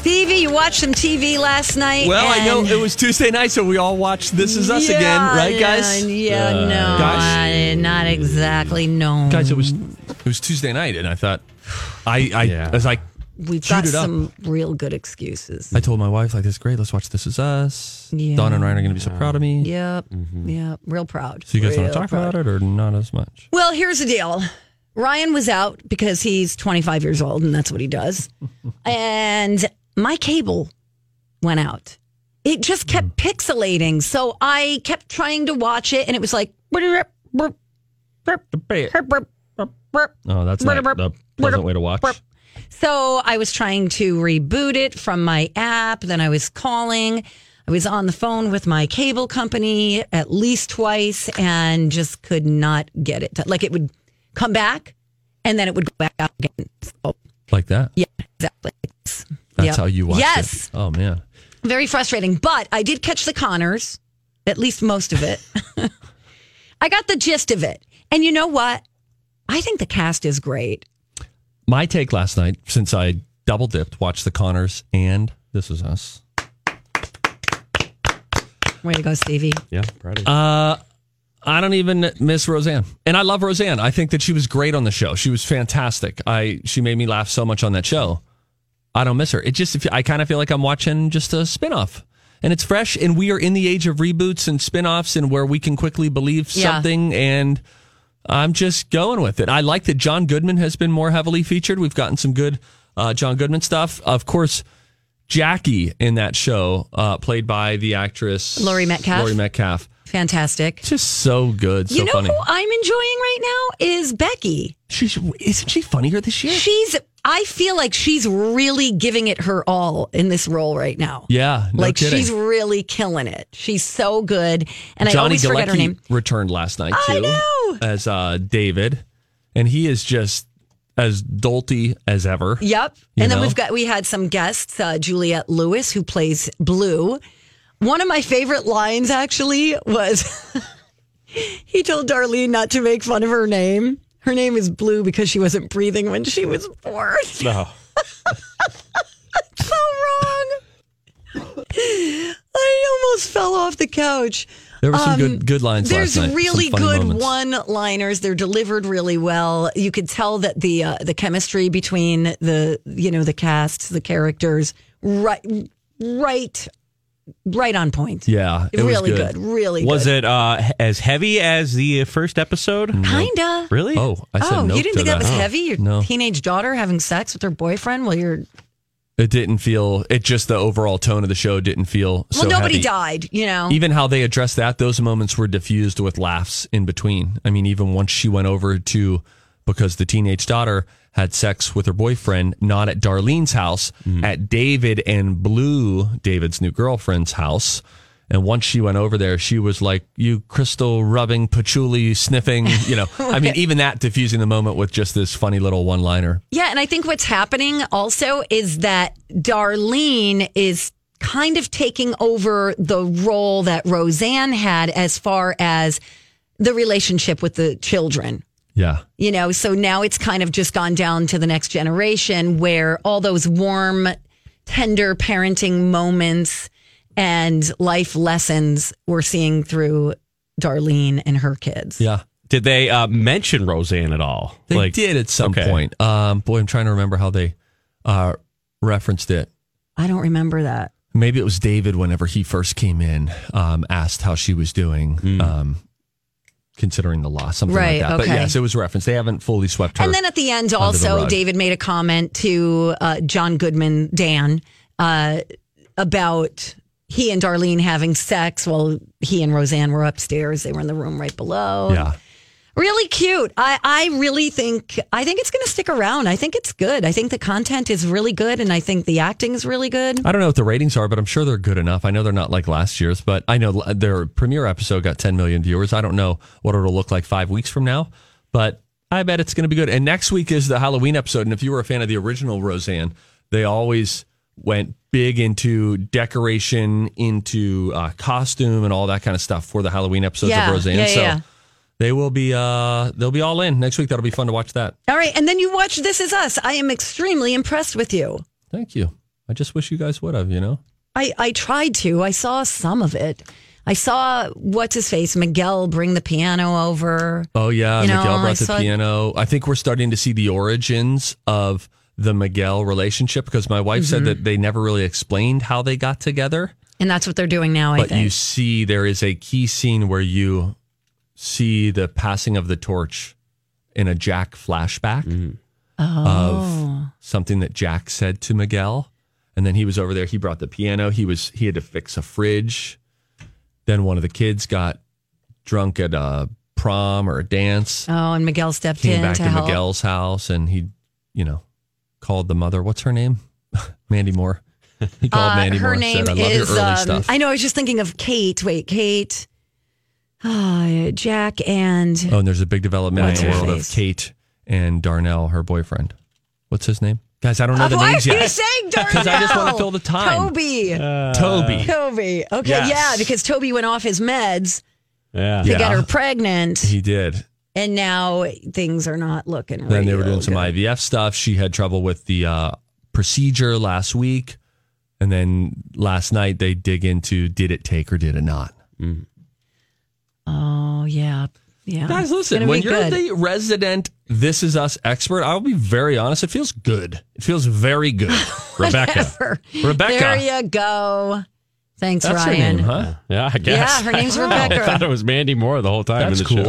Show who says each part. Speaker 1: Stevie, you watched some TV last night.
Speaker 2: Well, I know
Speaker 1: and-
Speaker 2: it was Tuesday night, so we all watched This Is Us again,
Speaker 1: Yeah,
Speaker 2: right,
Speaker 1: yeah,
Speaker 2: guys?
Speaker 1: Yeah, no,
Speaker 2: Guys?
Speaker 1: I- not exactly. No,
Speaker 2: Uh, Guys, it was
Speaker 3: It was Tuesday night, and I thought,
Speaker 2: I. I
Speaker 3: Yeah.
Speaker 2: was like,
Speaker 1: we've got
Speaker 2: chewed it up.
Speaker 1: some real good excuses.
Speaker 2: I told my wife like, "This is great. Let's watch This Is Us."
Speaker 1: Yeah.
Speaker 2: Don and Ryan are going to be so proud of me.
Speaker 1: Yep, yep, real proud.
Speaker 2: Mm-hmm. So you guys want
Speaker 1: Real
Speaker 2: to talk
Speaker 1: proud.
Speaker 2: about it or not as much?
Speaker 1: Well, here's the deal. Ryan was out because he's 25 years old and that's what he does. and my cable went out. It just
Speaker 2: Mm.
Speaker 1: kept pixelating. So I kept trying to watch it and it was like,
Speaker 2: Oh, that's not a pleasant way to watch.
Speaker 1: so I was trying to reboot it from my app. Then I was calling. I was on the phone with my cable company at least twice and just could not get it. to- Like it would come back and then it would go back out again. So,
Speaker 2: Like that.
Speaker 1: yeah, exactly. It's-
Speaker 2: That's
Speaker 1: yep.
Speaker 2: how you watch
Speaker 1: Yes.
Speaker 2: it. Oh man.
Speaker 1: Very frustrating. But I did catch the Connors, at least most of it. I got the gist of it. And you know what? I think the cast is great.
Speaker 2: My take last night, since I double dipped, watched The Connors and This Is Us.
Speaker 1: Way to go, Stevie.
Speaker 3: yeah, proud of you.
Speaker 2: I don't even miss Roseanne, and I love Roseanne. I think that she was great on the show. She was fantastic. I she made me laugh so much on that show. I don't miss her. It just I kind of feel like I'm watching just a spinoff, and it's fresh. And we are in the age of reboots and spinoffs, and where we can quickly believe
Speaker 1: Yeah.
Speaker 2: something. And I'm just going with it. I like that John Goodman has been more heavily featured. We've gotten some good uh, John Goodman stuff, of course. Jackie in that show, uh, played by the actress
Speaker 1: Laurie Metcalf.
Speaker 2: Laurie Metcalf
Speaker 1: Fantastic.
Speaker 2: just so good, so
Speaker 1: you know
Speaker 2: funny.
Speaker 1: who I'm enjoying right now is Becky.
Speaker 2: She's isn't she funnier this year?
Speaker 1: She's I feel like she's really giving it her all in this role right now.
Speaker 2: yeah, no
Speaker 1: like
Speaker 2: kidding.
Speaker 1: she's really killing it. She's so good. And I
Speaker 2: Johnny
Speaker 1: always forget her
Speaker 2: Galecki
Speaker 1: name.
Speaker 2: returned last night too
Speaker 1: I know.
Speaker 2: as uh, David, and he is just as dolty as ever.
Speaker 1: Yep.
Speaker 2: You
Speaker 1: and then
Speaker 2: know?
Speaker 1: we've got we had some guests, uh, Juliette Lewis, who plays Blue. One of my favorite lines actually was he told Darlene not to make fun of her name. Her name is Blue because she wasn't breathing when she was born.
Speaker 3: no.
Speaker 1: so wrong. I almost fell off the couch.
Speaker 2: There were some good good lines.
Speaker 1: Um, There's
Speaker 2: last night, some
Speaker 1: really
Speaker 2: funny
Speaker 1: good
Speaker 2: moments.
Speaker 1: one-liners. They're delivered really well. You could tell that the uh, the chemistry between the you know the casts, the characters, right, right, right on point.
Speaker 2: Yeah, it was
Speaker 1: really
Speaker 2: good.
Speaker 1: good. Really
Speaker 3: Was
Speaker 1: good.
Speaker 3: it uh, he- as heavy as the first episode?
Speaker 1: Kinda.
Speaker 3: Really?
Speaker 2: Oh, I said
Speaker 1: Mm. oh,
Speaker 2: nope
Speaker 1: you didn't
Speaker 2: to
Speaker 1: think that, was
Speaker 2: Oh.
Speaker 1: heavy? Your
Speaker 2: No,
Speaker 1: teenage daughter having sex with her boyfriend while you're
Speaker 2: it didn't feel. It just the overall tone of the show didn't feel.
Speaker 1: well,
Speaker 2: so
Speaker 1: nobody
Speaker 2: heavy.
Speaker 1: died. You know,
Speaker 2: even how they addressed that, those moments were diffused with laughs in between. I mean, even once she went over to because the teenage daughter had sex with her boyfriend, not at Darlene's house, at David and Blue, David's new girlfriend's house. And once she went over there, she was like, "You crystal rubbing, patchouli sniffing." You know, I mean, even that diffusing the moment with just this funny little one-liner.
Speaker 1: Yeah, and I think what's happening also is that Darlene is kind of taking over the role that Roseanne had as far as the relationship with the children.
Speaker 2: Yeah,
Speaker 1: You know, so now it's kind of just gone down to the next generation where all those warm, tender parenting moments and life lessons we're seeing through Darlene and her kids.
Speaker 2: yeah.
Speaker 3: Did they uh, mention Roseanne at all?
Speaker 2: They did at some
Speaker 3: okay.
Speaker 2: point. Um, boy, I'm trying to remember how they uh, referenced it.
Speaker 1: I don't remember that.
Speaker 2: maybe it was David whenever he first came in, um, asked how she was doing, um, considering the loss, something
Speaker 1: Right,
Speaker 2: like that. But
Speaker 1: okay.
Speaker 2: yes, it was referenced. They haven't fully swept her.
Speaker 1: And then at the end,
Speaker 2: under the
Speaker 1: also,
Speaker 2: rug.
Speaker 1: David made a comment to uh, John Goodman, Dan, uh, about he and Darlene having sex while he and Roseanne were upstairs. They were in the room right below.
Speaker 2: yeah,
Speaker 1: Really cute. I, I really think, I think it's going to stick around. I think it's good. I think the content is really good. And I think the acting is really good.
Speaker 2: I don't know what the ratings are, but I'm sure they're good enough. I know they're not like last year's, but I know their premiere episode got 10 million viewers. I don't know what it'll look like five weeks from now, but I bet it's going to be good. And next week is the Halloween episode. And if you were a fan of the original Roseanne, they always went big into decoration, into uh, costume, and all that kind of stuff for the Halloween episodes
Speaker 1: Yeah,
Speaker 2: of Roseanne.
Speaker 1: yeah,
Speaker 2: so
Speaker 1: yeah.
Speaker 2: they will be uh, they'll be all in next week. That'll be fun to watch that.
Speaker 1: All right. And then you watch This Is Us. I am extremely impressed with you.
Speaker 2: Thank you. I just wish you guys would have, you know?
Speaker 1: I, I tried to. I saw some of it. I saw what's his face, Miguel, bring the piano over.
Speaker 2: Oh yeah,
Speaker 1: You know,
Speaker 2: Miguel
Speaker 1: I
Speaker 2: brought the
Speaker 1: saw-
Speaker 2: piano. I think we're starting to see the origins of the Miguel relationship because my wife
Speaker 1: Mm-hmm.
Speaker 2: said that they never really explained how they got together,
Speaker 1: And that's what they're doing now, I
Speaker 2: but
Speaker 1: think.
Speaker 2: you see there is a key scene where you see the passing of the torch in a Jack flashback
Speaker 1: Mm-hmm. Oh.
Speaker 2: of something that Jack said to Miguel. And then he was over there, he brought the piano, he was he had to fix a fridge. Then one of the kids got drunk at a prom or a dance
Speaker 1: oh, and Miguel stepped
Speaker 2: came
Speaker 1: in
Speaker 2: back
Speaker 1: to
Speaker 2: to,
Speaker 1: help.
Speaker 2: Miguel's house and he, you know, called the mother. What's her name? Mandy Moore. He called
Speaker 1: Uh,
Speaker 2: Mandy
Speaker 1: her
Speaker 2: Moore. and
Speaker 1: name
Speaker 2: said, I love
Speaker 1: is.
Speaker 2: your early
Speaker 1: um,
Speaker 2: stuff.
Speaker 1: I know. I was just thinking of Kate. Wait, Kate. Ah, Jack and
Speaker 2: oh, and there's a big development
Speaker 1: What's
Speaker 2: in the
Speaker 1: her
Speaker 2: world
Speaker 1: face?
Speaker 2: of Kate and Darnell, her boyfriend. What's his name? Guys, I don't know the
Speaker 1: Oh, why
Speaker 2: names
Speaker 1: are
Speaker 2: yet.
Speaker 1: you saying Darnell?
Speaker 2: 'Cause I just wanna fill the time.
Speaker 1: Toby.
Speaker 2: Toby.
Speaker 1: Uh, Toby. Okay,
Speaker 3: Yes.
Speaker 1: yeah, because Toby went off his meds
Speaker 3: Yeah.
Speaker 1: to
Speaker 2: Yeah.
Speaker 1: get her pregnant,
Speaker 2: he did.
Speaker 1: and now things are not looking.
Speaker 2: Then they were
Speaker 1: real
Speaker 2: doing some
Speaker 1: good.
Speaker 2: IVF stuff. She had trouble with the uh, procedure last week. And then last night they dig into did it take or did it not?
Speaker 1: Oh yeah, yeah.
Speaker 2: Guys,
Speaker 1: It's
Speaker 2: listen,
Speaker 1: gonna
Speaker 2: when
Speaker 1: be
Speaker 2: you're
Speaker 1: good.
Speaker 2: the resident This Is Us expert, I'll be very honest. It feels good. It feels very good. Rebecca.
Speaker 1: Whatever.
Speaker 2: Rebecca.
Speaker 1: there you go. Thanks,
Speaker 2: That's her
Speaker 1: Ryan.
Speaker 2: name, huh?
Speaker 3: Yeah, I guess.
Speaker 1: Yeah, her name's
Speaker 3: I
Speaker 1: Rebecca.
Speaker 3: thought it was Mandy Moore the whole time
Speaker 2: That's
Speaker 3: in the
Speaker 2: cool.
Speaker 3: show.